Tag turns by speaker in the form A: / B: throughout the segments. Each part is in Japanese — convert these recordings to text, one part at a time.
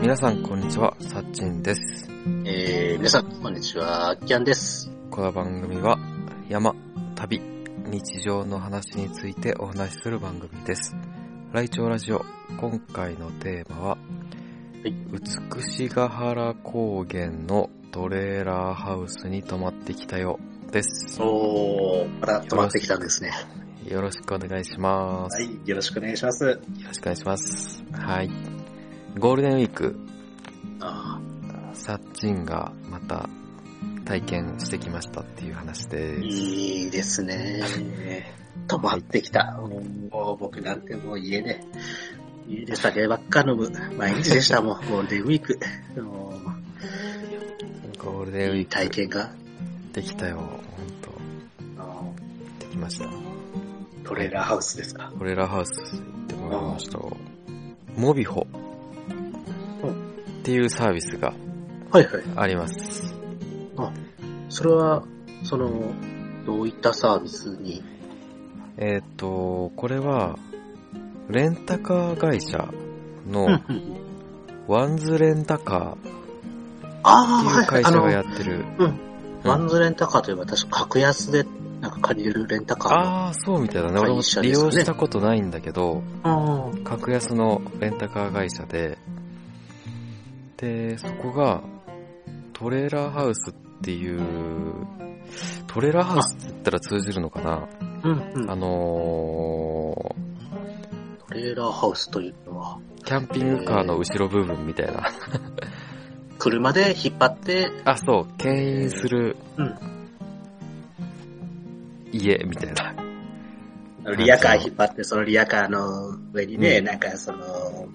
A: 皆さんこんにちは、さっちんです。
B: えー、皆さん、こんにちは。キャンです。
A: この番組は山、旅、日常の話についてお話しする番組です。来庁ラジオ、今回のテーマは、
B: い
A: 美しが原高原のトレーラーハウスに泊まってきたよです。
B: おー、また止まってきたんですね。
A: よろしくお願いします。
B: い、よろしくお願いします。
A: よろしくお願いします。はい。ゴールデンウィーク、
B: あ
A: サッチンがまた体験してきましたっていう話
B: ー
A: です。
B: いいですね。止まってきた。もう僕なんてもう家で、家で酒ばっか飲む毎日でしたもん、ゴールデンウィーク。も
A: ゴール
B: う
A: デンウィ
B: いい
A: ーク
B: 体験が、
A: できたよ。ほんと、
B: あ
A: できました。
B: ートレーラーハウスですか。
A: トレーラーハウス行ってもらいました。モビホっていうサービスが
B: はいはい。
A: あります。
B: それは、その、どういったサービスに、
A: えっ、と、これは、レンタカー会社
B: うんう
A: の
B: んうん
A: ワンズレンタカーっ
B: あ
A: ていう
B: ーはい、
A: 会
B: あ
A: 社
B: の
A: が、やってる。
B: ワンズレンタカーといえば確か格安でなんか借りれるレンタカーの
A: ああ、そうみたいだね。俺も
B: 会社
A: 利
B: ですよね
A: 用したことないんだけど、
B: あ
A: 格安のレンタカー会社で、で、そこが、トレーラーハウスっていう、トレーラーハウスって言ったら通じるのかな
B: あ、うんうん。
A: あの
B: トレーラーハウスというのは、
A: ー、キャンピングカーの後ろ部分みたいな。
B: 車で引っ張って、
A: あ、そう、牽引する
B: うん、
A: 家みたいな。
B: リアカー引っ張って、そのリアカーの上にね、
A: うん
B: なんかその、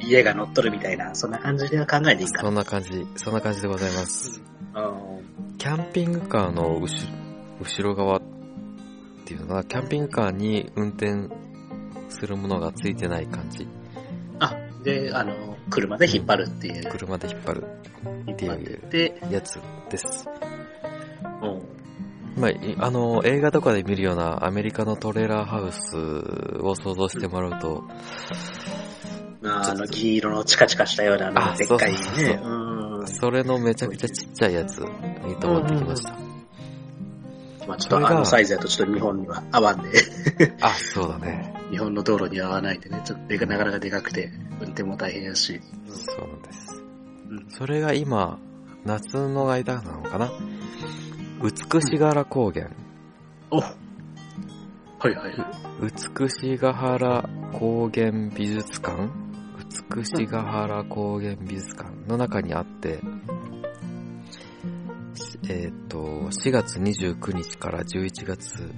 B: 家が乗っとるみたいな、そんな感じでは考えていいか
A: そ
B: な。
A: んな感じ、そんな感じでございます。
B: うん
A: キャンピングカーの後後ろ側っていうのは、キャンピングカーに運転するものがついてない感じ。
B: あ、で、あの、車で引っ張るっていう、
A: 車で引っ張る
B: 引
A: ていう
B: っ張ってって、
A: やつです。
B: うん
A: まあい、あの、映画とかで見るようなアメリカのトレーラーハウスを想像してもらうと、
B: まああの、銀色のチカチカしたような、あ
A: あ
B: のでっかい
A: そうそう
B: ね
A: そ、
B: うん。
A: それのめちゃくちゃちっちゃいやつに泊まってきました。
B: まあちょっ
A: それ
B: と
A: が
B: あのサイズだとちょっと日本には合わんで、
A: あ、そうだね。
B: 日本の道路には合わないんでね、ちょっとでかなかなかでかくて、運転も大変やし、
A: そうなんです。
B: うん
A: それが今、夏の間なのかな美しがら高原。
B: おはいはい。
A: 美しが原高原美術館美しが原高原美術館の中にあって、しえっ、と、4月29日から11月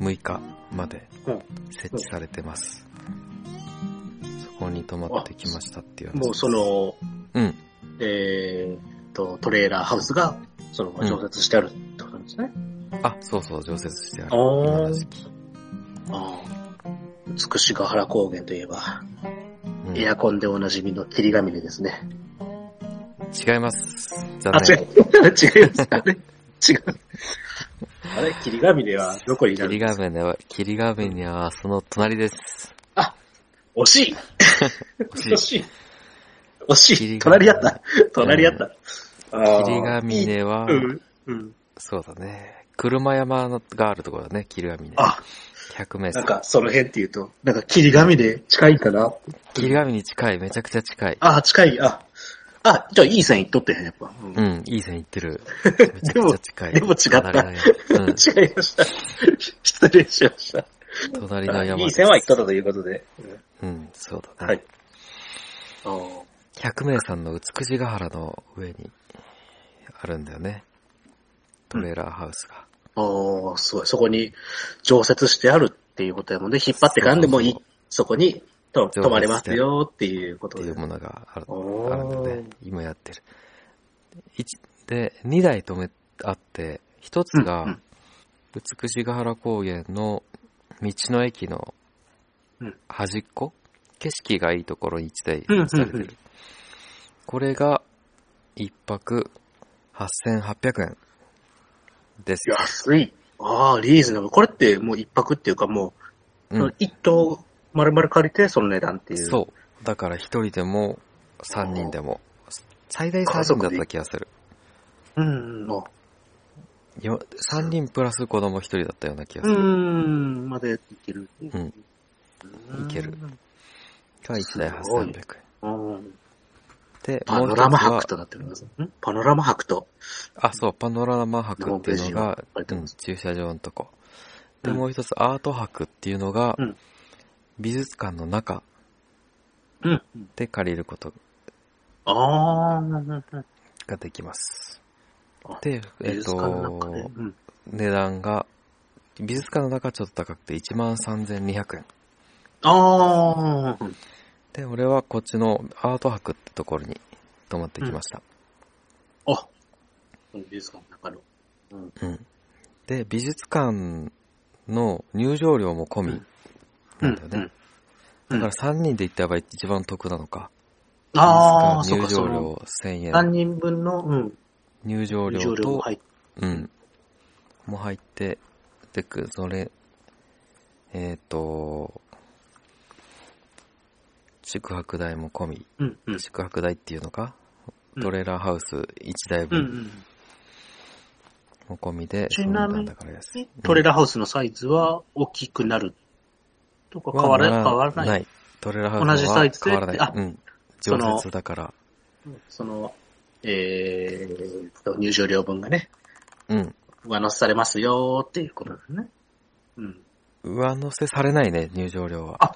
A: 6日まで
B: うん
A: 設置されてます。そこに泊まってきましたっていう話
B: もうそ、の、
A: うん、
B: えーっと、トレーラーハウスが、その、
A: ん
B: 常設してあるってことなんですね。
A: あ、そうそう、常設してある。
B: おー
A: 今の時期。
B: あー美しが原高原といえば、
A: うん
B: エアコンでおなじみの霧ヶ峰ですね。
A: 違います。残
B: あ、違
A: 念。
B: う。 違います。あれ違 う。あれ霧ヶ峰はどこになる
A: 霧ヶ峰は、霧ヶ峰はその隣です。
B: 惜しい惜
A: 惜しい
B: しい惜し
A: 霧
B: い
A: ヶ峰
B: 隣やった隣やった、あー
A: 霧ヶ峰は、
B: うん。うん。
A: そうだね。車山があるところだね、霧ヶ峰。
B: あ、
A: 100メート
B: なん
A: ル。
B: かその辺って言うと、なんか霧ヶ峰近いかな
A: 霧ヶ峰に近い、めちゃくちゃ近い。
B: あ、近い、あ、あ、じゃあいい線いっとったよね、やっぱ。うん
A: うん、いい線いって る。めちゃくちゃ近い。
B: でも違った
A: 隣の山うん、
B: 違いました。失礼しました。
A: 隣の山
B: い
A: で
B: い
A: す。
B: 線は行ったということで。
A: うん、そうだね。
B: はい。あー
A: 百名山の美しが原の上にあるんだよね。トレーラーハウスが。
B: あー、すごい。そこに常設してあるっていうことやもんね。引っ張ってかんでもいい
A: そう。
B: そこにと
A: 常設して
B: 泊まれますよっていうこ
A: って
B: と
A: い
B: で
A: う。ものがある
B: お
A: あるんだ
B: ー
A: ね。今やってる。一で、2台止め、あって、1つ
B: うんう
A: が
B: ん、
A: 美しが原高原の道の駅の
B: うん
A: 端っこ、景色がいいところに1台
B: うんうんうん
A: されてる。これが、1泊8800円。です。
B: 安い。ああ、リーズナブル。これってもう一泊っていうかもう、
A: うん
B: その一棟丸々借りてその値段っていう。う。
A: そう。だから一人でも三人でも、最大三人だった気がする。
B: うん、あ
A: よ三人プラス子供一人だったような気が
B: う
A: する。
B: ん、までいける。うん
A: いける。が1台
B: すごい
A: 8300円。
B: うん、
A: で、
B: パ
A: もう
B: ノ
A: 一つ
B: ラマ博
A: は、
B: となっております。んパノラマ博と。
A: あ、そう、パノラマ博っていうの
B: ホーム
A: が
B: 書い、て
A: う
B: ま
A: ん駐車場のとこ。で、
B: うん
A: もう一つアート博っていうのが
B: うん、
A: 美術館の中
B: うん。
A: で借りること
B: ああ、うん
A: ができます
B: あ。
A: で、えっ
B: 美術館の中で
A: と、
B: うん
A: 値段が、美術館の中はちょっと高くて13,200円。
B: ああ、
A: で、俺はこっちのアート博ってところに泊まってきました。
B: あ、美術館の中の。
A: うん。で、美術館の入場料も込みなんだよね。
B: うん。
A: だから3人で行った場合一番得なのか。
B: ああ、
A: 美
B: そう
A: 術
B: か、
A: 館
B: そ
A: 入場
B: う
A: 料1000
B: 何
A: 円。
B: 人分の、うん、
A: 入場
B: 入
A: 料
B: 場料も
A: と、
B: 入って。
A: うん。も入って、で、くそれ、えっ、と、宿泊代も込み。
B: うん、うん。
A: 宿泊代っていうのか、
B: うん
A: トレーラーハウス1台
B: うんう
A: 分
B: ん、
A: も込みで、
B: ちな
A: その値
B: みに
A: 段だからです。
B: トレーラーハウスのサイズは大きくなるとか変わら
A: は
B: 変わらない。
A: ない。トレーラーハウス
B: 同じサイズで
A: は変わらない
B: あ。
A: うん。
B: その
A: 常設だから。
B: その、えーっと、入場料分がね、
A: うん。
B: 上乗せされますよーっていうことですね。うん。
A: 上乗せされないね、入場料は。
B: あ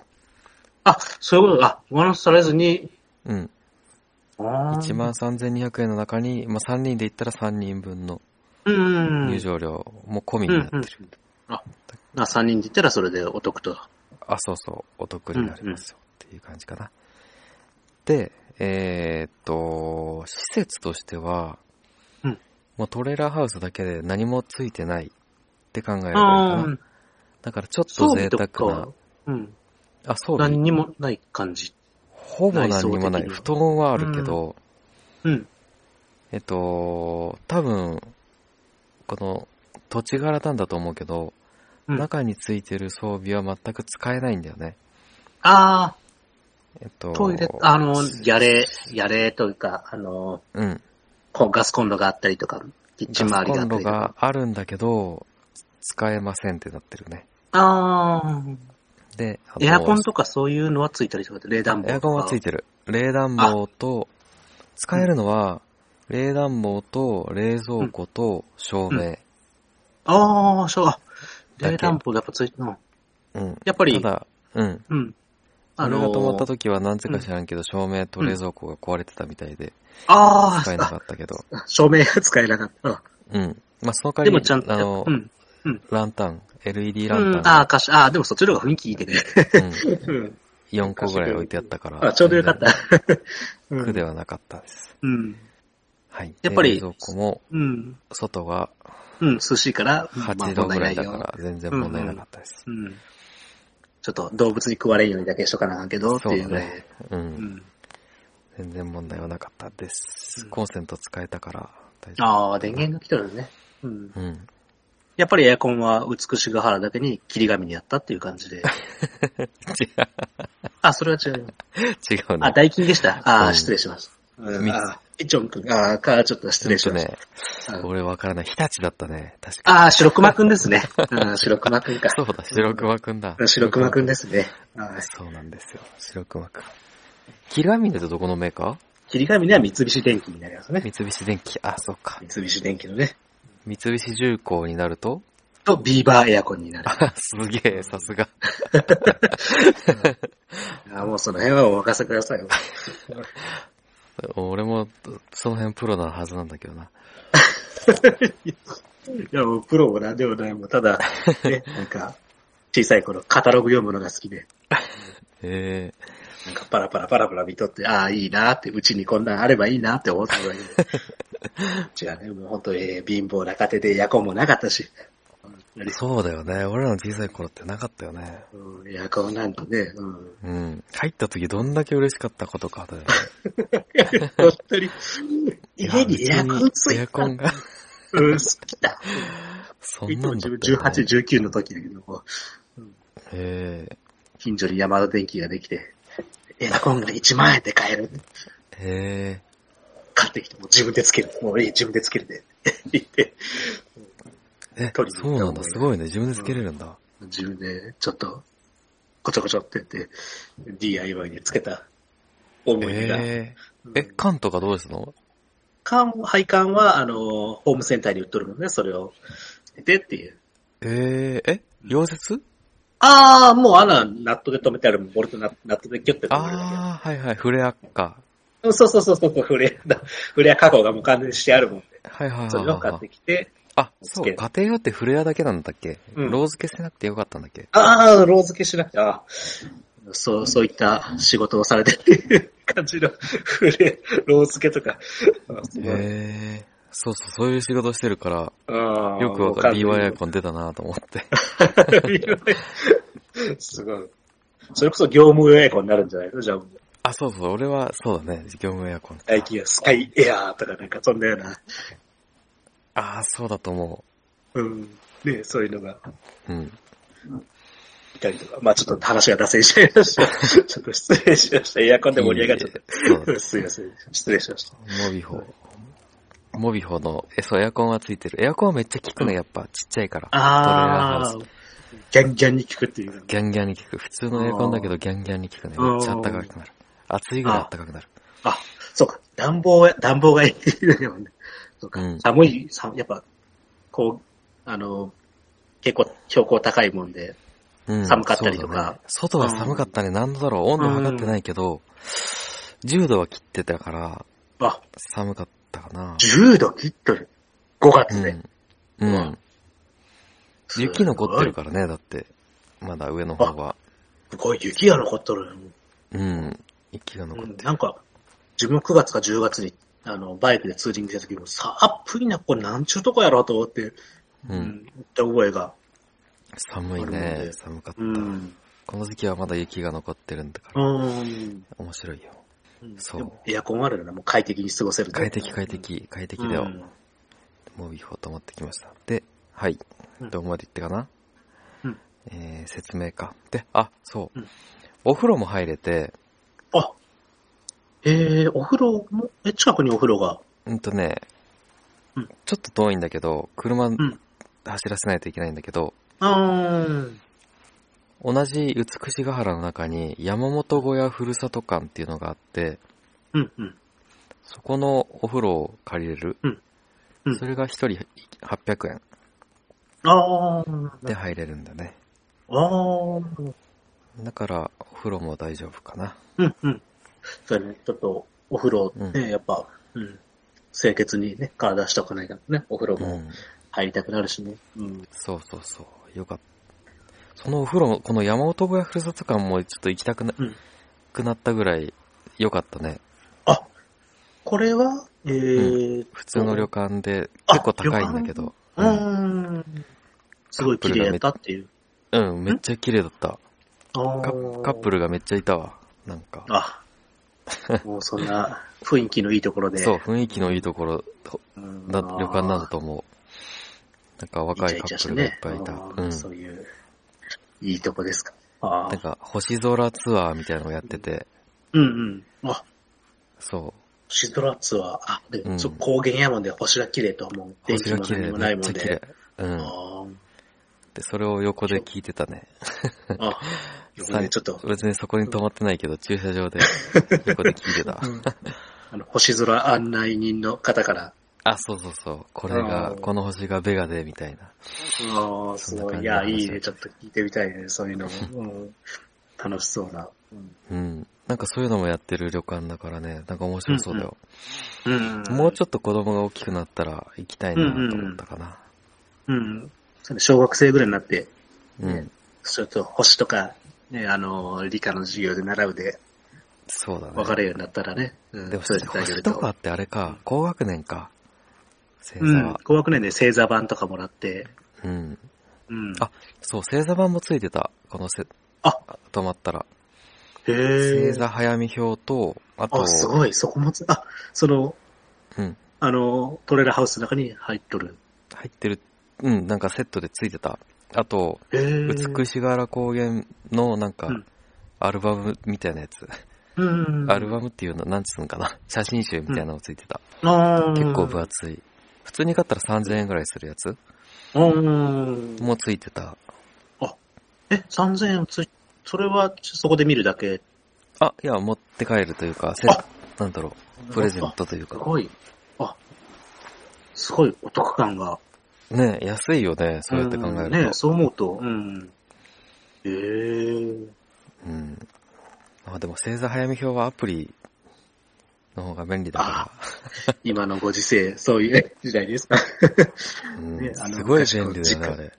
B: あ、そういうことか。上乗せされずに、
A: うん。
B: 1
A: 13,200円の中に、まあ、3人で行ったら3人分の
B: うん。
A: 入場料も込みになってる。
B: うんうんあ、な3人で言ったらそれでお得と。
A: あ、そうそう、お得になりますよっていう感じかな。で、えーっと、施設としては、
B: うん
A: もうトレーラーハウスだけで何もついてないって考えればいいか
B: あ
A: な。
B: あ、
A: だからちょっ
B: 装
A: と
B: 備
A: 贅
B: とか
A: 沢な
B: は、、うん。
A: あ、装備
B: 何にもない感じ。
A: ほぼ何にもない。
B: 内装的には
A: 布団はあるけど、
B: うん。
A: えっと、多分、この土地柄なんだと思うけど、
B: うん
A: 中についてる装備は全く使えないんだよね。
B: あ
A: えっと、
B: あ、トイレ、あの、やれ、やれというか、あの、
A: うん。
B: こうガスコンロがあったりとか、キッチン
A: ガ
B: 周
A: ス
B: りが
A: コ
B: あっ
A: ン
B: た
A: ロ
B: りとか。
A: があるんだけど、使えませんってなってるね。
B: ああ、
A: で、あの
B: エアコンとかそういうのはついたりとかって、冷暖房
A: エ
B: とか。
A: アコンはついてる。冷暖房と、使えるのは、冷暖房と冷蔵庫と照明。
B: ああ、そう、あ、
A: だけ
B: 冷暖房がやっぱついてるの。
A: うん。
B: やっぱり
A: た、だ、うん。
B: うん。
A: あれが止まった
B: 時
A: 時は何故か知らんけど、照明と冷蔵庫が壊れてたみたいで、
B: あ
A: 使えな
B: ー
A: かったけど。
B: あ、 照明が使えなかった。
A: うん。まあ、その
B: うん
A: 代
B: で
A: わ
B: も
A: り
B: ちゃん
A: に、
B: と、
A: あの
B: う、ん。
A: ランタン、LED
B: う
A: ランタン
B: ん、ああ、
A: が、
B: 歌詞、ああ、でもそっちの方が雰囲気いいけどね。
A: うん、
B: うん。
A: 4個ぐらい置いて あったから、
B: あちょうどよかった。う
A: 全然苦
B: ん
A: ではなかったです。
B: うん。
A: はい。
B: やっぱり
A: で冷蔵庫も、
B: うん。
A: 外が
B: うん、涼しいから、うん
A: 8度ぐらいだ。
B: ま
A: か
B: あ
A: ら、全
B: 問題なよ
A: 然問題なかったです。
B: うん。ちょっと動物に食われんようにだけしとかなあかんけど、っていうぐらい。
A: う。
B: うんん。
A: 全然問題はなかったです
B: う。ん
A: コンセント使えたから、大丈
B: ああ、電源が来てるね。うん。
A: 夫。うん。
B: やっぱりエアコンは美しが原だけに霧紙にあったっていう感 じで。
A: 違う、
B: あ、それは違う。
A: 違うね
B: あ、。代金でした。あ
A: う
B: あ、
A: ん
B: 失礼しました。うん。
A: ミス
B: あージョン君、ああ、か、ちょっと失礼し
A: ほん
B: ま
A: と
B: し
A: ね、
B: た。うん
A: 俺わからない。日立だったね。確か
B: ああ、白熊くんですね。うん、白熊くんか。
A: そうだ、白熊くんだ。
B: 白熊くんですね。はい
A: そうなんですよ。白熊くん。キラミネってどこのメーカ
B: 切り紙には三菱電機になります
A: ー
B: ね。
A: 三菱電機。あ、そっか。
B: 三菱電機のね。
A: 三菱重工になる と
B: と、ビーバーエアコンになる。
A: すげえ、さすが。
B: あーもうその辺はお任せく ださい。
A: 俺も、その辺プロなはずなんだけどな。
B: いや、もうプロもなんでもないもん。ただ、ね、なんか、小さい頃、カタログ読むのが好きで、
A: え
B: なんかパラパラパラパラ見とって、ああ、いいなって、うちにこんなんあればいいなって思ったの がいい。違うね、もう本当に、えー貧乏な家庭でエアコンもなかったし、
A: えそうだよね。俺らの小さい頃ってなかったよね。
B: うん、エアコンなんかね、うん。
A: うん。入った時どんだけ嬉しかったことかだよね。
B: 本当に、家にエアコンつ
A: いや別にエ
B: い
A: ア
B: た
A: コ。ンが。
B: うん、好きだ。
A: そん
B: いつ
A: な
B: も
A: んだ
B: 自
A: っ
B: 分
A: たよね
B: 18、19の時だけど、こう
A: へ
B: 近所に山田電機ができて、 エアコンが1万円で買える。
A: え、へえ、
B: 買ってきて、もう自分でつける。もう俺自分でつけるで。言って、
A: え
B: 取、りに
A: そ
B: 行
A: う
B: っ
A: なん
B: た思
A: だ、
B: い出
A: すごいね。自分でつけれるんだ。
B: 自分でちょっと、こちょこちょって言って、DIY でつけた思い出が。
A: へ
B: うん
A: え、え、缶とかどうですの
B: 缶、配管は、あの、ホームセンターに売っとるのね、それを。でっていう。
A: ええ、え、溶接
B: ああ、もう穴、ナットで止めてある。俺とナナットでキュッて止めるだけ。
A: ああ、はいはい、フレアか。
B: うんそうそうそうそう、フレアだ、フレア加工がもう完全にしてあるもんで、
A: はいはいはい
B: それを買っ
A: は
B: て
A: い。
B: きて、
A: あ、そう、家庭用ってフレアだけなんだっけ
B: うん
A: ロー付けしてなくてよかったんだっけ
B: ああ、ロー付けしなくて、ああ、そう、そういった仕事をされてるっていう 感じの、フレ、ロー付けとか、あすごい
A: へえ、そうそう、そういう仕事してるから、
B: ああ
A: よくわかる。
B: もう
A: DY ア
B: 完
A: イコン出たなと思って。
B: 全に BYI すごい。それこそ業務用エアコンになるんじゃないのじゃあ、
A: あ、そうそう、俺は、そうだね、業務エアコン。
B: 大企業スカイエアーとかなんかそんなような、
A: ああ、そうだと思
B: うん、ね、そういうのが
A: う。うん。
B: いたりとか、まあちょっと話が脱線しちゃい ました。ちょっと失礼しました。エアコンで盛り上がっちゃって。
A: そうだね
B: すいません。失礼しました。
A: モビホ。モビホの、え、そう、エアコンはついてる。エアコンはめっちゃ効くね、やっぱ、ちっちゃいから。
B: ああ、ギャンギャンに聞くっていうのが。
A: ギャンギャンに効く。普通のエアコンだけど、ギャンギャンに効くね。
B: あー
A: めっちゃ暖かくなる。暑いぐらい暖かくなる。
B: あ、そうか。暖房は、暖房がいいだよね。そうか。
A: うん
B: 寒い、寒いやっぱ、こう、あの、結構標高高いもんで、
A: うん
B: 寒かったりとか
A: そうだね外は寒かったね。何度だろう。温度測ってないけど、10度は切ってたから、
B: あ、
A: 寒かったかな。
B: 10度切っとる。5月で。
A: うん。うん。雪残ってるからね、だって。まだ上の方は。
B: すごい雪が残っとる。
A: うん。雪が残
B: う
A: って
B: ん、なんか、自分も9月か10月に、あの、バイクでツーリングした時も、さっぷりな、これなんちゅうとこやろうと思って、
A: う。、
B: うん行った覚えが。
A: 寒い
B: なるほ
A: ね。
B: ど
A: 寒かった
B: う。ん。
A: この時期はまだ雪が残ってるんだか
B: う
A: ら、
B: ん。
A: 面白いよ。そう
B: でもエアコンあるからもう快適に過ごせる。
A: 快適快。適、快適だよ。
B: うん
A: もういい方と思ってきました。で、はい
B: うん。
A: どこまで行ったかな、
B: うん
A: えー、説明か。で、あ、そう、
B: うん
A: お風呂も入れて、
B: あ、えー、お風呂も、え、近くにお風呂が。
A: うんとね、
B: うん
A: ちょっと遠いんだけど、車
B: ん
A: 走らせないといけないんだけど、
B: あー
A: 同じ美しが原の中に山本小屋ふるさと館っていうのがあって、
B: うん、うん。
A: そこのお風呂を借りれる。
B: うんうん
A: それが一人800円
B: あー
A: で入れるんだね。
B: あー
A: だから、お風呂も大丈夫かな。
B: うん、うん。そうだね、ちょっと、お風呂ね、
A: う
B: やっぱ、うん。清潔にね、体しとかないからね、お風呂
A: う
B: も
A: ん。
B: 入りたくなるしね。うん。
A: そうそうそう。よかった。そのお風呂も、この山本小屋ふるさと館もちょっと行きたくな,、
B: うん
A: くなったぐらい良かったね。
B: あ、これは、えー、
A: 普通の旅館で
B: あ
A: 結構高いんだけど。
B: うーん。すごい綺麗やったっていう。
A: うん、うんめっちゃ綺麗だった。
B: あー
A: カッカップルがめっちゃいたわ。なんか。
B: あ、もうそんな雰囲気のいいところで。
A: そう、雰囲気のいいところ
B: うん
A: だ、旅館なんだと思う。なんか若いカップルがいっぱいいた。
B: イチャイチャし
A: う
B: てねあー
A: ん。
B: そういう、いいとこですか。あ
A: な
B: あ
A: ん。か星空ツアーみたいなのをやってて、
B: うんうん。あ、
A: そう、
B: シドラツは、あ、で、
A: うん
B: そう高原やもんで星が綺麗と思う。電
A: 星
B: 気
A: が
B: も
A: 綺
B: 何
A: 麗、
B: もな
A: め
B: い
A: っ
B: も
A: ち
B: ん
A: ゃ綺麗
B: で。。
A: うん。
B: あ
A: で、それを横で聞いてたね。
B: ーあ、よくね、ちょ っと、
A: 別にそこに泊まってないけど、駐車場で横で聞いてた。
B: あの、星空案内人の方から、
A: あ、そうそうそう。これ
B: あ
A: が、
B: ー
A: この星がベガで、みたいな。
B: ああ、すごい。いや、いいね。ちょっと聞いてみたいね。そういうのも。うん楽しそうな。うん
A: うん。なんかそういうのもやってる旅館だからね、なんか面白そうだよ。
B: うん。
A: もうちょっと子供が大きくなったら行きたいなと思ったかな。
B: うん。小学生ぐらいになって、
A: うん
B: んうんちょっと星とか、ね、あの、理科の授業で習うで
A: そうだね。
B: 分かるようになったらね。うん
A: でも、
B: そうやってあげ
A: 星
B: る
A: とかってあれか、高学年か。星座
B: うん
A: は。。
B: 高学年で星座版とかもらって、
A: うん。
B: うん。
A: あそう、星座版もついてた。このせ、
B: あ
A: 泊まったら。
B: へー
A: 星座早見表と、あと、
B: あ、すごい、そこもつ、あ、その、
A: うん
B: あの、トレーラーハウスの中に入っとる。
A: 入ってるうん、なんかセットでついてた。あと、
B: えー、
A: 美しがら高原のなんか
B: うん、
A: アルバムみたいなやつ。
B: うん。
A: アルバムっていうの、なんつうんかな。写真集みたいなのついてた。
B: あー
A: 結構分厚い。普通に買ったら3000円ぐらいするやつ
B: うん。
A: もついてた。
B: え、3000円つい、それはそこで見るだけ。
A: あ、いや、持って帰るというか、せ
B: あ
A: なんだろう、プレゼントという
B: す
A: か。
B: ごい。あ、すごいお得感が。
A: ね安いよね、そうやって考え
B: うん
A: ると。
B: ね、そう思うと。うん。えー、
A: うん。まあでも星座早見表はアプリの方が便利だか
B: 今のご時世、そういう時 代ですか。
A: ら。うん
B: ねあの
A: すごい便利だよね、
B: 昔の
A: あれ。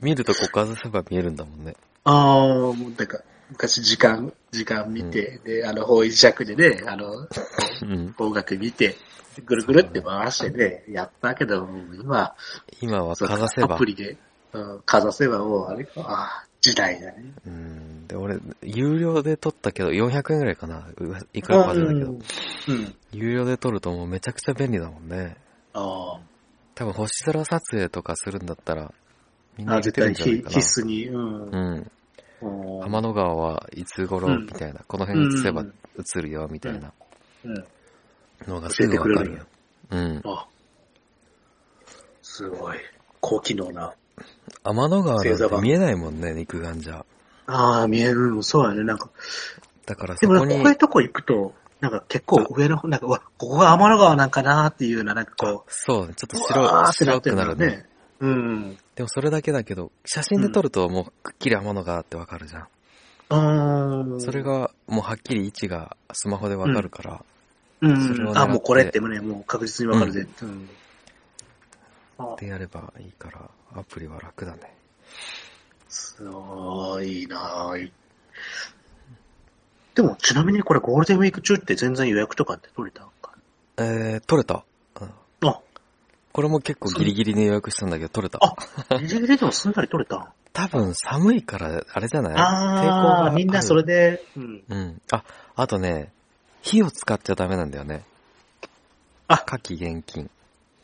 A: 見るとこかざせば見えるんだもんね。
B: ああ、もうなんか、昔時間、時間見て、で、あの、方位尺でね、あの、
A: うん。
B: 方角見て、ぐるぐるって回してね、やったけど、もう今、
A: 今は
B: そう
A: かざせ
B: ア
A: ば
B: プ。リで、うん、かざせばもう、あれか、ああ、時代だね。
A: うん。で、俺、有料で撮ったけど、400円ぐらいかな。ういくらか忘れたけど。
B: うん。うん
A: 有料で撮るともうめちゃくちゃ便利だもんね。
B: あ
A: 多分星空撮影とかするんだったら、みんな
B: あああ、
A: 入れ
B: 絶
A: てるん
B: 対
A: じゃない
B: ひ
A: かな。
B: 必須に、うん。
A: うん。
B: うん
A: 天の川はいつ頃みたいな、この辺映せば
B: うん
A: 映るよみたいな
B: うん
A: のがすぐわかるよ。うん。
B: あすごい。高機能な。
A: 天の川なん
B: 星座
A: て
B: が
A: 見えないもんね、肉眼じゃ。
B: ああ、見える。そうだね。なんか、
A: だから
B: で
A: そ
B: もな
A: こ
B: んか
A: に
B: こうい、うとこ行くと、なんか結構上の方、なんか、うわ、ここが天の川なんかなーっていうような、なんかこう、
A: そう、ちょっと
B: うわー
A: 白白
B: ってなっ
A: く
B: てるん
A: な
B: だよ
A: るね。
B: ね。うん。
A: でもそれだけだけど、写真で撮るともうくっきり天の川ってわかるじゃん。
B: うん。
A: それ、がもうはっきり位置がスマホでわかるから、
B: う
A: それを狙っ
B: ん。
A: て
B: あ、もうこれってね、もう確実にわかるぜ。うん。あ
A: でやればいいから、アプリは楽だね。
B: すごいなーでも、ちなみにこれゴールデンウィーク中って全然予約とかって取れたのか
A: えー、撮れた。うん
B: なあ、
A: これも結構ギリギリに予約したんだけど、撮れた。
B: あギリギリでもすんなり取れた。
A: 多分寒いから、あれじゃない
B: ああ、みんなそれ
A: で。
B: で、うん。
A: うん。あ、あとね、火を使っちゃダメなんだよね。
B: あ
A: 火器厳禁。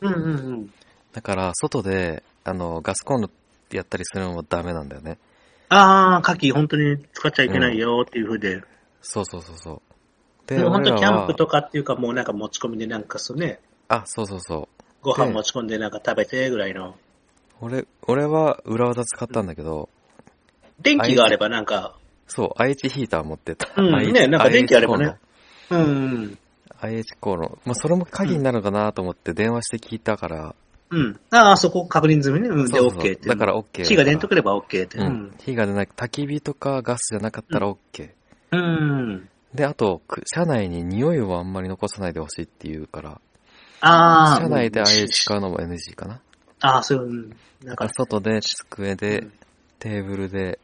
B: うんうんうん。
A: だから、外で、あの、ガスコンロやったりするのもダメなんだよね。
B: ああ、牡蠣本当に使っちゃいけないよっていうふうで。
A: そうそうそうそう。
B: で
A: で
B: も本
A: 俺
B: 当
A: らは
B: キャンプとかっていうかもうなんか持ち込みでなんかそうね、
A: あ、そうそうそう。
B: ご飯
A: で
B: 持ち込んでなんか食べてぐらいの。
A: 俺、俺は裏技使ったんだけど、
B: 電気があればなんか、
A: そう、IH ヒーター持ってた。
B: うん
A: IH
B: ねなんか電気あればね
A: IH コンロ
B: うんうん。
A: IH コンロ。まあ、それも鍵になるのかなと思って電話して聞いたから。
B: うん。ああ、そこ確認済みね。うん。で、
A: そうそうそう
B: OK っていう。
A: だから OK。
B: 火が出んとければ OK って。
A: う
B: うんん。。
A: 火が出ない。焚き火とかガスじゃなかったら OK。
B: うん。
A: で、あと、く車内に匂いをあんまり残さないでほしいっていうから、
B: ああ。
A: 車内で
B: うん
A: IH 使うのも NG かな。
B: ああ、そういう、うん
A: だ
B: な
A: か、
B: んから
A: 外で、机で
B: うん、
A: テーブルで、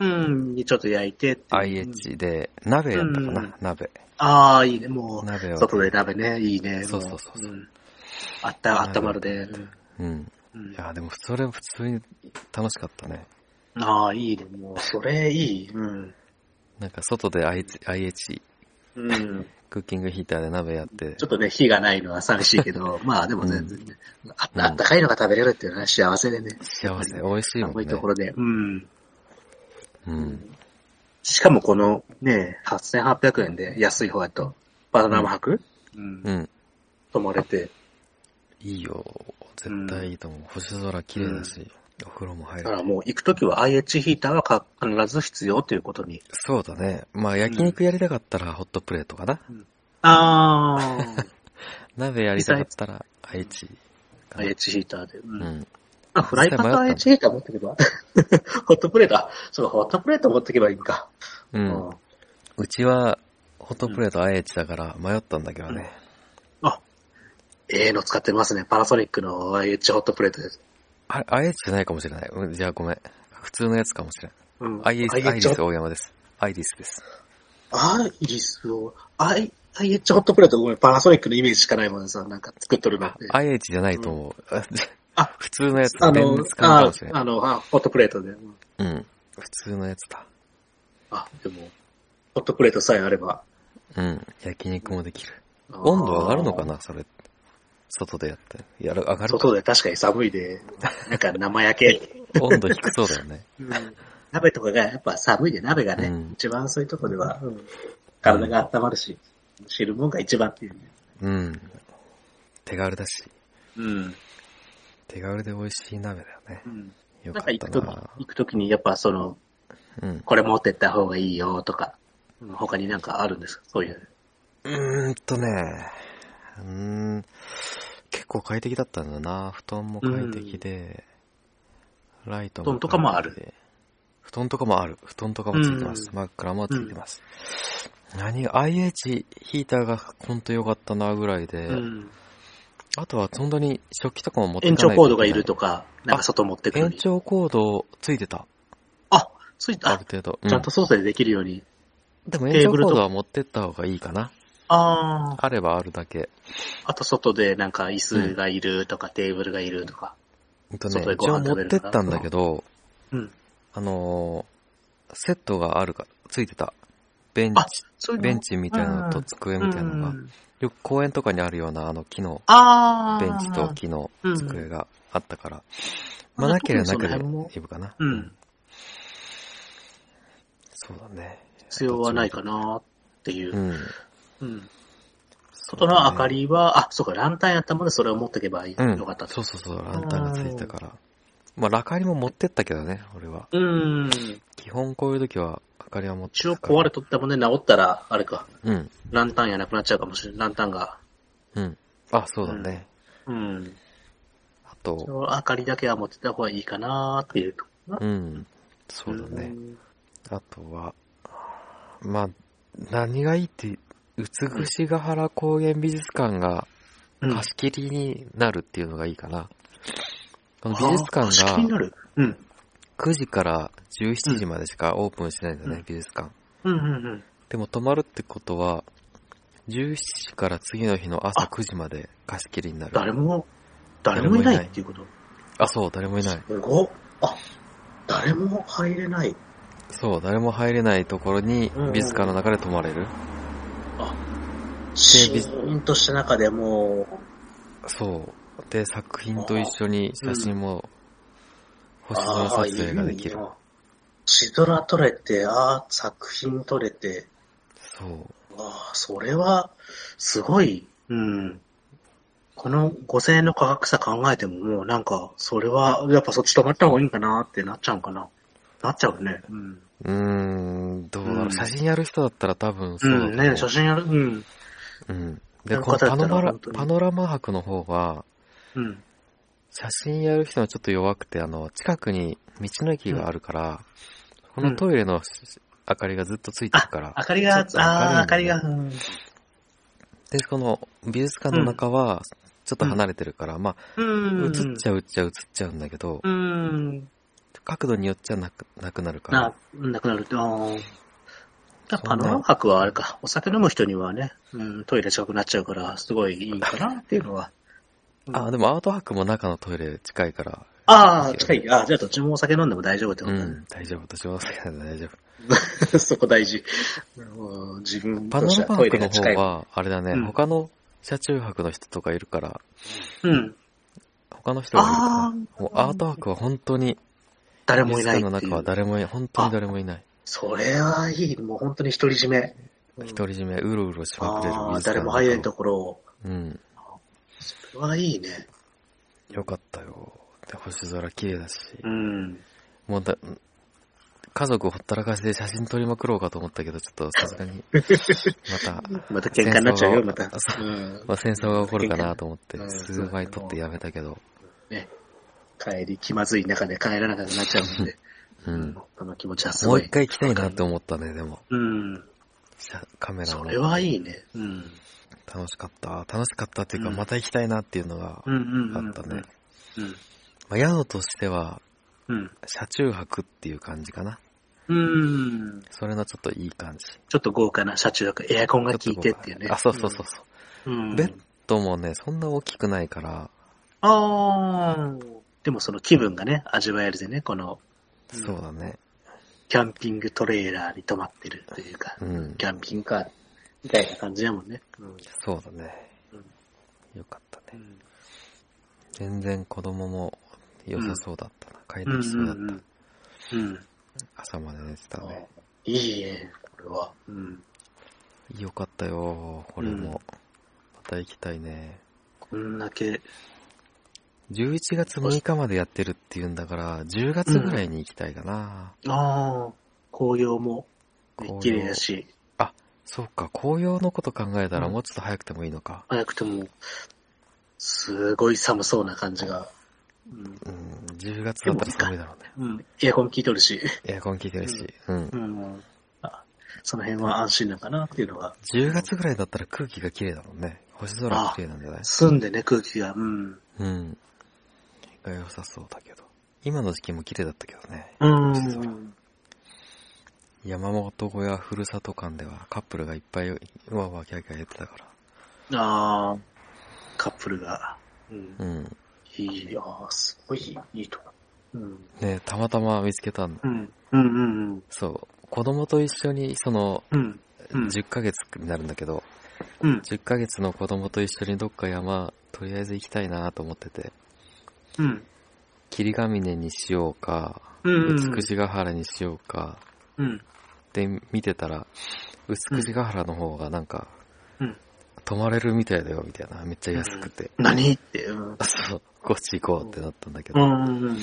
B: うん。ちょっと焼いてっていう。
A: IH で、鍋やったか
B: うん
A: な、鍋。
B: ああ、いいね。もう、
A: 鍋を。
B: 外で鍋ね。いいね。
A: そうそうそうそうん
B: あった、あったまるで。うん
A: うん。
B: うん
A: いや、でも、それ普通に楽しかったね。
B: ああ、いいね。もう、それいい。うん。
A: なんか、外で IH、IH
B: うん。
A: クッキングヒーターで鍋やって
B: ちょ、っとね、火がないのは寂しいけど、 まあでも全然ね、あった、あったかいのが食べれるっていうのは幸せでね。
A: 幸せ、美味しいも
B: 寒
A: ん
B: いと
A: ね
B: こ。ろで。うん。
A: うん。
B: しかもこのね、8800円で安い方やと、バナナマ泊、うん、
A: うん。
B: 泊まれて。
A: いいよ。絶対いいと思う。星空綺麗だし、お風呂も入
B: だ
A: る
B: か
A: し
B: らもう行くときは IH ヒーターはか必ず必要ということに。
A: そうだね。まあ、焼肉やりたかったらホットプレートかな。
B: あ
A: 鍋やりたかったら愛知
B: あ、
A: かな。
B: IH ヒーターで。うん。
A: うん。
B: まあ、フライパンと IH ヒーター持ってけば。 ホットプレート、あそうか、ホットプレート持ってけばいいんか。
A: う。
B: うん
A: うちは、ホットプレート愛知だから迷ったんだけどね。
B: あ、ええの使ってますね。パナソニックの IH ホットプレートです。
A: あれ、愛知じゃないかもしれない。うん、じゃあごめん。普通のやつかもしれん。
B: うん
A: アイリス、アイ
B: IH
A: リス大山です。アイリスです。
B: アイリスを、アイ、IH ホットプレートごめん、パナソニックのイメージしかないもんでさ、なんか作っとるなって。
A: 愛知じゃないと思う。
B: あ
A: 普通のやつ、
B: あ
A: 便
B: の
A: 利、使うか
B: あ
A: もしれない。
B: あの、あホットプレートで。うん
A: うん。普通のやつだ。
B: あ、でも、ホットプレートさえあれば。
A: うん。焼肉もできる。
B: あー
A: 温度上がるのかなそれ。外でやって。やる、上がるか。
B: 外で確かに寒いで、なんか生焼け。
A: 温度低そうだよね。
B: うん鍋とかがやっぱ寒いで、鍋がね、
A: うん
B: 一番そういうとこでは、うん体が温まるし、知るもんが一番っていうね。
A: うん。手軽だし。
B: うん。
A: 手軽で美味しい鍋だよね。よ
B: なん
A: か
B: か行
A: っ
B: く
A: た
B: とき、
A: な。
B: 行くときにやっぱその、
A: うん。
B: これ持ってった方がいいよとか、うん他になんかあるんですかそういう。
A: うーんとね、うーん、結構快適だったんだな。布団も快適で、ライトも。
B: 布団とかもある。
A: 布団とかもある。布団とかもついてます。
B: うん
A: 真っ暗もついてます。何が、IH ヒーターがほんと良かったなぐらいで、
B: うん
A: あとは本当に食器とかも持ってか
B: 延
A: ないといけな
B: 長
A: い
B: コードがいるとか、なんか外持ってくの
A: 延
B: に。
A: 長コードついてた。
B: あ、つい
A: ある
B: た。
A: 程度。う
B: あ、ちゃんと操作でできるように。
A: でも
B: テ
A: 延
B: ー
A: 長
B: ブ
A: コ
B: ルと
A: ードは持ってった方がいいかな。
B: ああ。
A: あればあるだけ。
B: あと外でなんか椅子がいるとか、テーブルがいるとか。
A: うんとね、
B: 外で
A: 一
B: ご
A: 応
B: 飯食
A: 持
B: べ
A: っ
B: る
A: て
B: と
A: っ
B: か
A: たんだけど、
B: うん。
A: あのーセットがあるか、ついてた。ベン
B: あ
A: チ、、
B: そういうの
A: ベンチみたいなのと机みたいなの
B: う
A: が、
B: ん
A: よく公園とかにあるようなあの木の、
B: ああ。
A: ベンチと木の机があったから、
B: うん
A: まあなければなけ
B: あ
A: れ
B: 特にその辺
A: ば
B: も
A: いぶかな。
B: うん。
A: そうだね。
B: 必要はないかなっていうう。
A: ん。
B: うん。外の明かりは、あ、そうか、ランタンやったものでそれを持っていけばいい
A: うん。
B: よかった
A: そ
B: と
A: う。そうそう、ランタンがついてたから。まあ、明かりも持ってったけどね、俺は。
B: うん。
A: 基本こういう時は明かりは持って
B: 一
A: っ
B: 応
A: たから
B: 壊れとったもんね、治ったら、あれか、
A: うん。
B: ランタンやなくなっちゃうかもしれない。ランタンが。
A: うん。あ、そうだね。
B: うん。
A: あと、
B: 明かりだけは持ってた方がいいかなっていうと。
A: うん。そうだね。あとは、まあ、何がいいって、美しが原高原美術館が
B: うん。うん
A: 貸し切りになるっていうのがいいかな。この美術
B: あ貸し切り
A: 館
B: に
A: が
B: なるうん。
A: 9時から17時までしかオープンしないんだ
B: う
A: ね
B: ん、
A: 美術館。
B: うんうんうん。
A: でも泊まるってことは、17時から次の日の朝
B: あ
A: 9時まで貸し切りになる。
B: 誰も、誰もいないっていうこと。
A: あ、そう、誰もいない。
B: すごっあ、誰も入れない。
A: そう、誰も入れないところに
B: うん
A: 美術館の中で泊まれる。
B: シーンとした中でも
A: そう。で、作品と一緒に写真も、
B: う、
A: 星空
B: ああい
A: 撮
B: い
A: 影ができる。
B: なシドラ撮れて、ああ、作品撮れて、
A: そう。
B: ああ、それは、すごい、うん。この5000円の価格差考えても、もうなんか、それは、やっぱそっち泊まった方がいいんかなってなっちゃうんかな。なっちゃうね。うん。
A: うーん、どうだろう。
B: うん
A: 写真やる人だったら多分そううだと思
B: ん、
A: う。
B: ね、写真やる、うん。
A: うん。
B: や
A: で、
B: る
A: この
B: 方だ
A: パノ
B: ったら
A: マラ
B: 本当に
A: パノラマ博の方は、
B: うん。
A: 写真やる人はちょっと弱くて、あの、近くに道の駅があるから、こ
B: う
A: の
B: ん
A: トイレの明かりがずっとついてるから、
B: 明かりが、あ
A: ちょっと明るいんだね
B: あ、明かりが、うん。
A: で、この美術館の中は、ちょっと離れてるから、まあ、
B: うん。
A: 映っちゃう、映っちゃう、映っちゃうんだけど、
B: うん。
A: 角度によっちゃなく、なくなるから
B: な、、なくなるって、あーだ
A: そ
B: からパ
A: んな
B: ノラマ博はあれか、お酒飲む人にはね、うん、トイレ近くなっちゃうから、すごいいいかなっていうのは。うん
A: あ、でもアート博も中のトイレ近いから、
B: ああ、近い。ああ、じゃあどっちもお酒飲んでも大丈夫ってこ
A: う
B: とだね。
A: ん、大丈夫、私は 大丈夫。
B: そこ大事。うん自分
A: パ
B: と
A: ノ
B: して
A: ラ
B: は
A: マ
B: トイ
A: 博
B: レが
A: の
B: 近い。
A: 方は、あれだね、
B: うん
A: 他の車中泊の人とかいるから、
B: うん。
A: 他の人がいる
B: あ
A: か
B: あ、
A: ら、もうアート博は本当に、
B: 誰
A: 美
B: もい
A: 術
B: ない
A: 館
B: っ
A: の
B: てい
A: 中は
B: う。
A: 誰もいない、本当に誰もいない。
B: それはいい。もう本当に独り占め。うん
A: 独り占め、うろうろしまくれる
B: あ
A: 美
B: あ、
A: 術館
B: 誰
A: の
B: も
A: 中を
B: 入れんところを。
A: うん、
B: それはいいね。
A: よかったよ。で、星空綺麗だし、
B: うん。
A: もうだ、家族ほったらかしで写真撮りまくろうかと思ったけど、ちょっとさすが に、また、
B: また喧嘩になっちゃうよ、また。
A: あそ
B: うん
A: まあ、戦争が起こるかなと思って
B: う、ん
A: 数枚撮ってやめたけど、
B: 帰り気まずい中で帰らなくなっちゃうんで。
A: うん。
B: この気持ちはす
A: も
B: ご
A: う
B: い。
A: 一回来たいなって思ったね、でも。
B: うん。
A: さカメラ
B: そ
A: も
B: れはいいね。うん。
A: 楽しかった。楽しかったっていうか、
B: うん
A: また行きたいなっていうのがあ
B: うんうんうん。
A: ったね。。
B: うん。
A: まあ、宿としては、
B: うん。
A: 車中泊っていう感じかな。
B: うん。
A: それのちょっといい感じ。
B: ちょっと豪華な車中泊、エアコンが効いてっていうね。
A: あ、そうそうそうそう。
B: うん。
A: ベッドもね、そんな大きくないから、
B: ああ。でもその気分がね、味わえるでね、この、うん
A: そうだね。
B: キャンピングトレーラーに泊まってるというか、
A: うん
B: キ。ャンピングカーみたいな感じやもんね。うん。
A: そうだね
B: うん。
A: よかったね。
B: うん。
A: 全然子供も良さそうだったな。帰ってきそうだった。
B: ん。うん。
A: 朝まで寝てたね。
B: いいえ、これは。うん。
A: よかったよ、これも。また行きたいね。
B: こんだけ、
A: 11月6日までやってるって言うんだから、10月ぐらいに行きたいかな。
B: ああ、紅葉も、綺麗だし、
A: そうか、紅葉のこと考えたら
B: うん
A: もうちょっと早くてもいいのか。
B: 早くても、すごい寒そうな感じが。うん。
A: うん、10月だったら寒いだろうね。
B: うん、エアコン効いとるし、
A: エアコン効いてるし。うん
B: う。ん。あその辺は安心なのかなっていうのが。
A: 10月ぐらいだったら空気が綺麗だもんね。星空綺麗なんじゃない
B: 澄んでね、空気が。うん。
A: うん。が良さそうだけど。今の時期も綺麗だったけどね。
B: うん。
A: 山本小屋ふるさと館ではカップルがいっぱい、うわうわキャーキャーやってたから。
B: ああ、カップルが。うん。
A: うん。
B: いいよ、あーすごい、いいとこ。うん。
A: ねたまたま見つけたんだ。
B: うん。うんうん
A: そう。子供と一緒に、その、
B: うん。うん。うん
A: 10ヶ月になるんだけど、
B: うん。
A: 10ヶ月の子供と一緒にどっか山、とりあえず行きたいなと思ってて、
B: うん。
A: 霧ヶ峰にしようか、
B: うん。
A: 美しが原にしようか、
B: うん。
A: で見てたら、美しが原の方がなんか、
B: うん
A: 泊まれるみたいだよ、みたいな。めっちゃ安くて。
B: 何って。うん。
A: そう、こっち行こうってなったんだけ
B: う
A: ど。
B: んうんうん。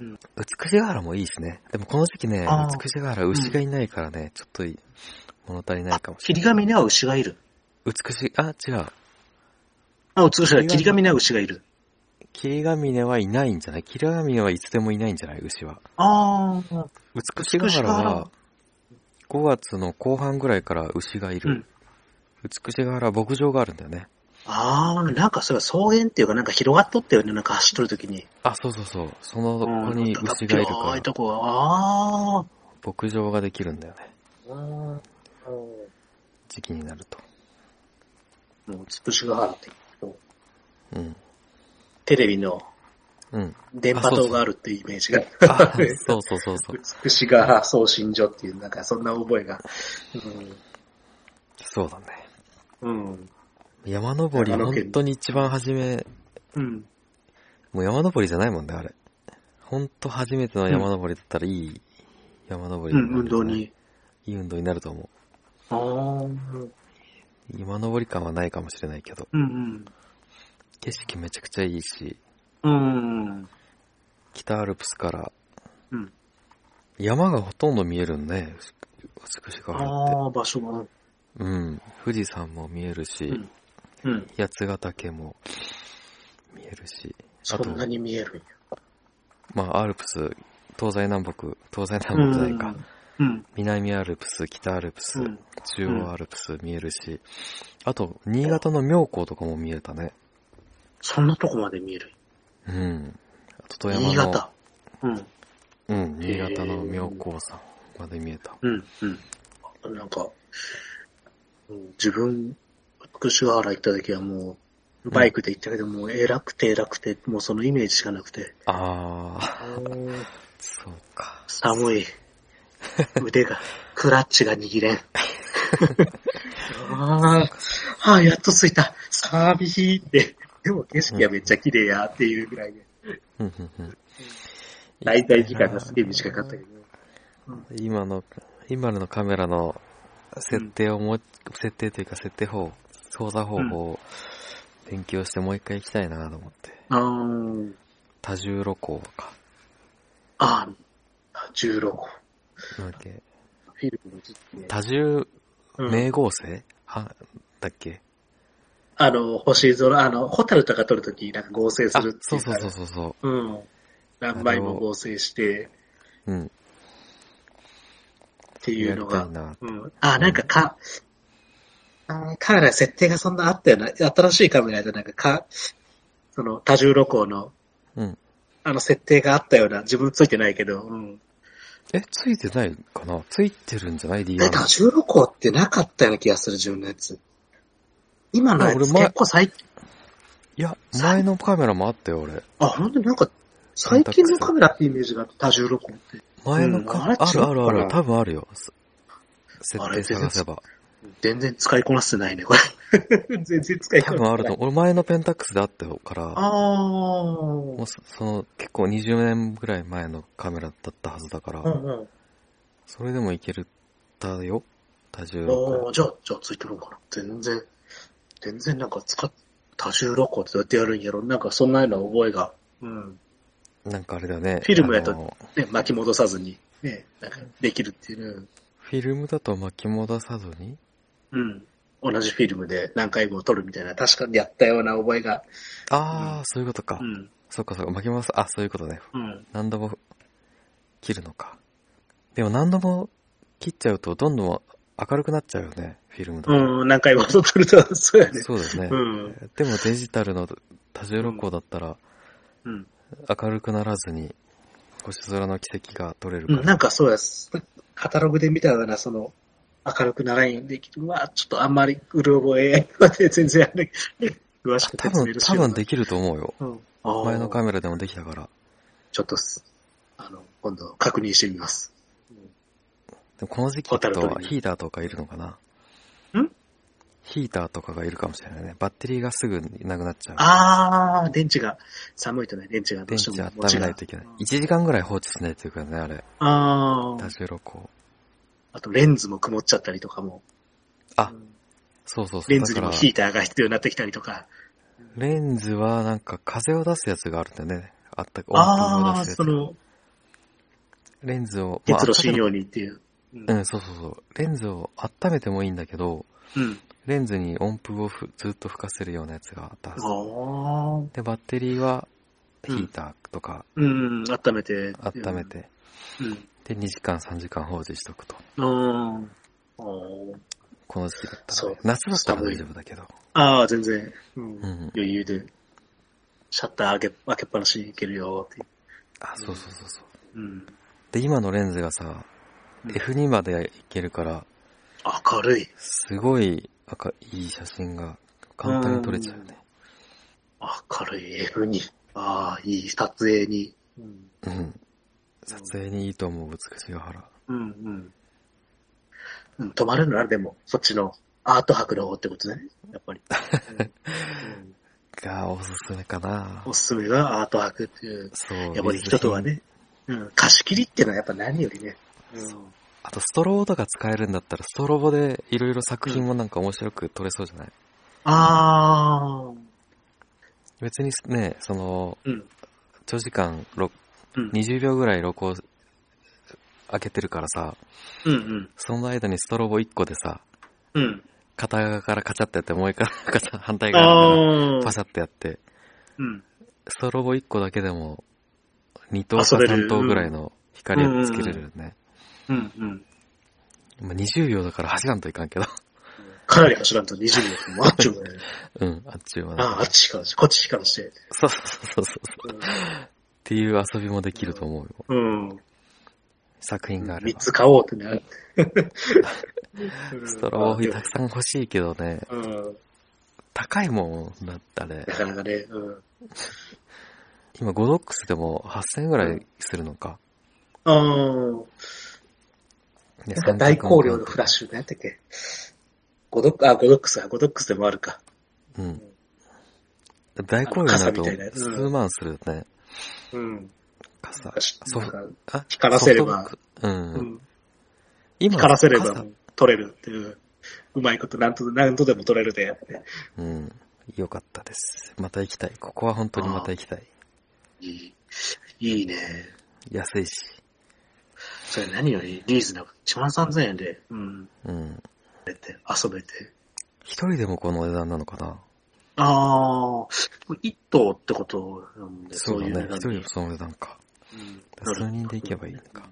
A: 美しが原もいいしね。でもこの時期ね
B: あー、
A: 美しが原牛がいないからね、ちょっとい物足りないかもしれ
B: 霧
A: ない。
B: ヶ峰は牛がいる。
A: 美しい、あ、違う。
B: あ、映し霧ヶ峰は牛がいる。
A: 霧ヶ峰はいないんじゃない霧ヶ峰はいつでもいないんじゃない牛は。
B: ああ、
A: 美しが原は、5月の後半ぐらいから牛がいる。
B: うん
A: 美しが原牧場があるんだよね。
B: ああ、なんかそれは草原っていうかなんか広がっとったよね、なんか走っとるときに。
A: あ、そうそうそう。その
B: こ
A: ここに牛がいる
B: ああ、い
A: か
B: とこは、あ
A: ら、牧場ができるんだよね。
B: あ。うん
A: 時期になると。
B: もう、つくしが原って、
A: うん。
B: テレビの
A: うん。
B: 電波塔があるっていうイメージが。
A: あ、そうそうそう そう。
B: 美しが原送信所っていう、なんかそんな覚えが。
A: そうだね。
B: うん。うん。
A: 山登り、
B: 長野県
A: 本当に一番初め、
B: うん。
A: もう山登りじゃないもんね、あれ。本当初めての山登りだったらいい山登り
B: うん、運動
A: い
B: に。
A: い運動になると思う。
B: ああ、うん
A: 山登り感はないかもしれないけど、
B: うん。
A: 景色めちゃくちゃいいし、
B: うん。
A: 北アルプスから
B: うん。
A: 山がほとんど見えるんね、美しが原って。
B: ああ、場所が。
A: うん。富士山も見えるし、
B: うんうん。
A: 八ヶ岳も見えるし、あ
B: そ
A: と
B: ん、なに見えるんや。
A: まあアルプス、東西南北、東西南北じゃないか。
B: うん。
A: 南アルプス、北アルプス、
B: うん
A: 中央アルプス見えるし、あと、新潟の妙高とかも見えたね。
B: そんなとこまで見えるんや。
A: うん。あと富山の、
B: 新潟。うん。
A: うん、新潟の妙高山まで見えた。
B: うん。うん。なんか、うん自分、福島原行った時はもう、バイクで行ったけど、もう偉くて偉くて、もうそのイメージしかなくて、
A: あー、そうか。
B: 寒い。腕 が、クラッチが握れん。あーあー、やっと着いた。サービーって。でも景色はめっちゃ綺麗やっていうぐらいで。
A: うんうんうん
B: 滞在時間がすげえ短かったけど。
A: 今の、今のカメラの設定をもう、設定というか設定方、操作方法を勉強してもう一回行きたいなと思って。
B: あー
A: 多重露光か。
B: あー、16個。
A: なんだっけ。
B: フィルムの実機ね
A: 多重
B: うん
A: 冥合星、は、だっけ
B: あの、星空、あの、ホタルとか撮るとき、なんか合成す
A: あ
B: るっ、て
A: そ
B: いううか
A: そうそうそうそ
B: うん。何枚も合成して、
A: う。うん。
B: っていう
A: や
B: の
A: りた
B: が
A: い。な。
B: うん。あ、なんかか、あーカメラ設定がそんなあったよな。新しいカメラでなんかか、その多重露光の、
A: うん。
B: あの設定があったような。自分ついてないけど、うん。
A: え、ついてないかなついてるんじゃない ?D1
B: え、多重露光ってなかったような気がする、自分のやつ。今のやつ
A: あ俺前
B: 結構最近、
A: いや、前のカメラもあったよ、俺。
B: あ、ほんとなんか、最近のカメラってイメージがあった多重露光って。
A: 前の
B: うん
A: カ
B: あれ
A: あるあるあ
B: 違う
A: る、
B: かな
A: 多分あるよ。す設
B: あ
A: 定
B: れ
A: 探せば。
B: 全然使いこなせてないね、これ。 全然使い
A: 多
B: こ
A: 分あ
B: なせ
A: る
B: てな
A: と思
B: い。
A: う。俺前のペンタックスであったから、
B: あ
A: もうそその結構20年ぐらい前のカメラだったはずだから、
B: あ。うんうん。
A: それでもいけるだよ。多重
B: お
A: 録。
B: ーじゃあ、じゃあついてるのかな。全然、全然なんか使っ、多重録音ってどうやってやるんやろなんかそんなような覚えが、うん。
A: なんかあれだよね。
B: フィルムやと
A: あの
B: ね、巻き戻さずに、ね、なんかできるっていう、
A: フィルムだと巻き戻さずに
B: うん。同じフィルムで何回も撮るみたいな、確かにやったような覚えが、
A: ああ、
B: うん
A: そういうことか。
B: うん、
A: そっかそっか、巻き戻す。あ、そういうことね。
B: うん。
A: 何度も切るのか。でも何度も切っちゃうとどんどん明るくなっちゃうよね、フィルムだと。
B: うん、何回も撮ると、そうやね。
A: そうだよね。
B: うん、
A: でもデジタルの多重録音だったら
B: うん。
A: 明るくならずに星空の奇跡が撮れる
B: う
A: か
B: ん、
A: ら。
B: なんかそうやす。カタログで見たら、その、明るくならんようにできる。まあ、ちょっとあんまり、うる覚えは全然あれ、 詳しく
A: 多
B: 説明
A: 分、
B: し
A: 多分できると思うよ。
B: うん、あー
A: 前のカメラでもできたから。
B: ちょっとす、あの、今度確認してみます。
A: でもこの時期だ
B: 蛍
A: と
B: 鳥
A: ヒーターとかいるのかな
B: うん
A: ヒーターとかがいるかもしれないね。バッテリーがすぐなくなっちゃう。
B: あー、電池が、寒いとね、電池がど
A: 電
B: うして
A: 池
B: も
A: 温
B: 持ち
A: め
B: が
A: ないといけない。1時間ぐらい放置しないというかね、あれ。
B: あ
A: 多
B: ー、
A: 重録音。
B: あとレンズも曇っちゃったりとかも。
A: あ
B: うん
A: そうそうそう。
B: レン
A: だ
B: ズ
A: か
B: に
A: ら
B: も、ヒーターが必要になってきたりとか。
A: レンズはなんか風を出すやつがあるんだよね。あったか、温風を出
B: あ
A: す
B: ー、
A: や
B: そ
A: つ。
B: の、
A: レンズを、
B: 結露しん
A: 温め
B: ようにっていう。うん
A: うん、そうそうそう。レンズを温めてもいいんだけど、
B: うん。
A: レンズに音符をふずっと吹かせるようなやつが出す。
B: あー。
A: で、バッテリーはヒーターとか
B: うん、温めて。
A: 温め。て、
B: うん。
A: で、2時間3時間放置しとくと。
B: うん。あ
A: この時期だったら
B: そう
A: ね、夏だったら大丈夫だけど。
B: あー、全然、
A: う
B: う、
A: んん。
B: 余裕で、シャッター開け開けっぱなしにいけるよって。
A: あ、そうそうそうそう。
B: うん。
A: で、今のレンズがさ、
B: うん
A: F2 までいけるから、
B: 明るい。
A: すごい赤いい写真が簡単に撮れちゃうよね。
B: 明るい F に。ああ、いい撮影に。うん。
A: うん。撮影にいいと思う、美しが原。
B: うん、うん。うん、止まるのならでも、そっちのアート博の方ってことね。やっぱり。うん
A: が、おすすめかな
B: お。すすめがアート博っていう。
A: そう。
B: やっぱり人とはね、うん、貸し切りっていうのはやっぱ何よりね。うん
A: あと、ストローとか使えるんだったら、ストロボでいろいろ作品もなんか面白く撮れそうじゃない
B: ああ、
A: 別にね、その、
B: うん、
A: 長時間、ろ
B: うん、
A: 20秒ぐらい録音、開けてるからさ、
B: うん、うん、
A: その間にストロボ1個でさ、
B: うん。
A: 片側からカチャってやって、もう一回カチャ、反対側か
B: あ
A: らパ
B: あ、
A: シャってやって、
B: うん、
A: ストロボ1個だけでも、2等か3等ぐらいの光をつけれるよね。
B: うん、うん。
A: まあ、20秒だから走らんといかんけど。
B: かなり走らんと20秒。もうあっちゅう間やね
A: うん、あっちゅう間
B: あ
A: だ
B: あ、あっちからし、こっちからして。
A: そうそうそうそう。っていう遊びもできると思うよ。
B: うん。
A: 作品があれ
B: 3
A: ば。
B: つ買おうっ てなる。
A: ス
B: ス
A: トロボたくさん欲しいけどね、
B: うん。
A: 高いもんだったね
B: な。かなかね、うん。
A: 今、ゴドックスでも8000円ぐらいするのか。
B: あ
A: ね
B: あ、なんか大光量のフラッシュ、何やったっけ。ゴドック、あ、ゴドックス、ゴドックスでもあるか。
A: うん。大光量だ
B: あの傘み
A: と
B: たいなやつうん
A: 数万するよね。
B: うん。
A: 傘
B: なんか。し
A: そ
B: なんか
A: う。あ
B: 光らせれば
A: ソフトうん。
B: うん。
A: 今
B: 光らせれば
A: 傘
B: 取れるっていう、うまいことなんと、なんとでも取れるで。
A: うん。よかったです。また行きたい。ここは本当にまた行きたい。
B: いい、いいね。
A: 安いし。
B: それ何よりリーズナブル。1万3000円で、うん、
A: うん。
B: やって遊べて。
A: 一人でもこの値段なのかな
B: ああ、一頭ってことなんで、
A: そ
B: そうう
A: だ
B: いう
A: ね。一人
B: 値段
A: で
B: に
A: もその値段か。
B: うん
A: 数人で行けばいいのか。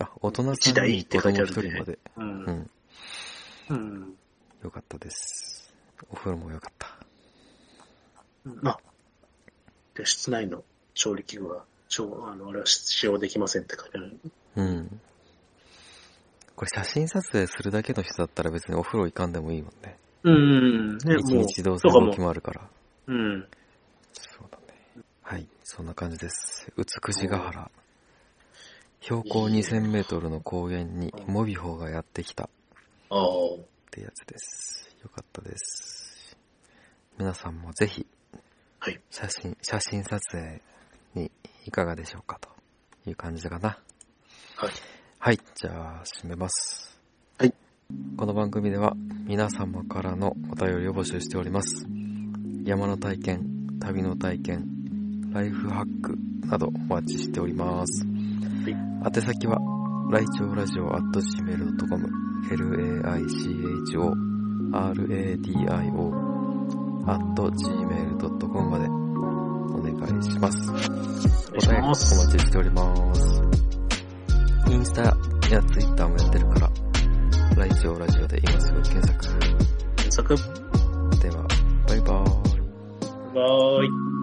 A: あ、大人
B: 一
A: さん
B: 台
A: に
B: って
A: 子
B: 書いて
A: 供
B: あ
A: 一
B: る
A: 人
B: んで
A: まで。
B: う。
A: うんん。
B: うん。
A: よかったです。お風呂もよかった。
B: あ、で室内の調理器具は、ちょあの、あれは使用できませんって書いてある。
A: うん。これ写真撮影するだけの人だったら別にお風呂行かんでもいいもんね。
B: うん。ね、
A: 一
B: もう、
A: 日どうせ
B: とか
A: 動
B: も
A: き、もあるから。
B: うん。
A: そうだね。はい、そんな感じです。美しが原。標高2000メートルの高原にモビホーがやってきた。
B: ああ。
A: ってやつです。よかったです。皆さんもぜひ、
B: はい
A: 写真、写真撮影にいかがでしょうかという感じかな。
B: はい。
A: はい、じゃあ、締めます。
B: はい。
A: この番組では、皆様からのお便りを募集しております。山の体験、旅の体験、ライフハックなどお待ちしております。宛先は、ライチョウラジオ at gmail.com、laichoradio at gmail.com までお願いします。
B: お
A: お便りお
B: 願いします。
A: 待ちしております。インスタやツイッターもやってるから、ライチョウラジオで今すぐ検索。
B: 検索。
A: では、バイバーイ。
B: バイ。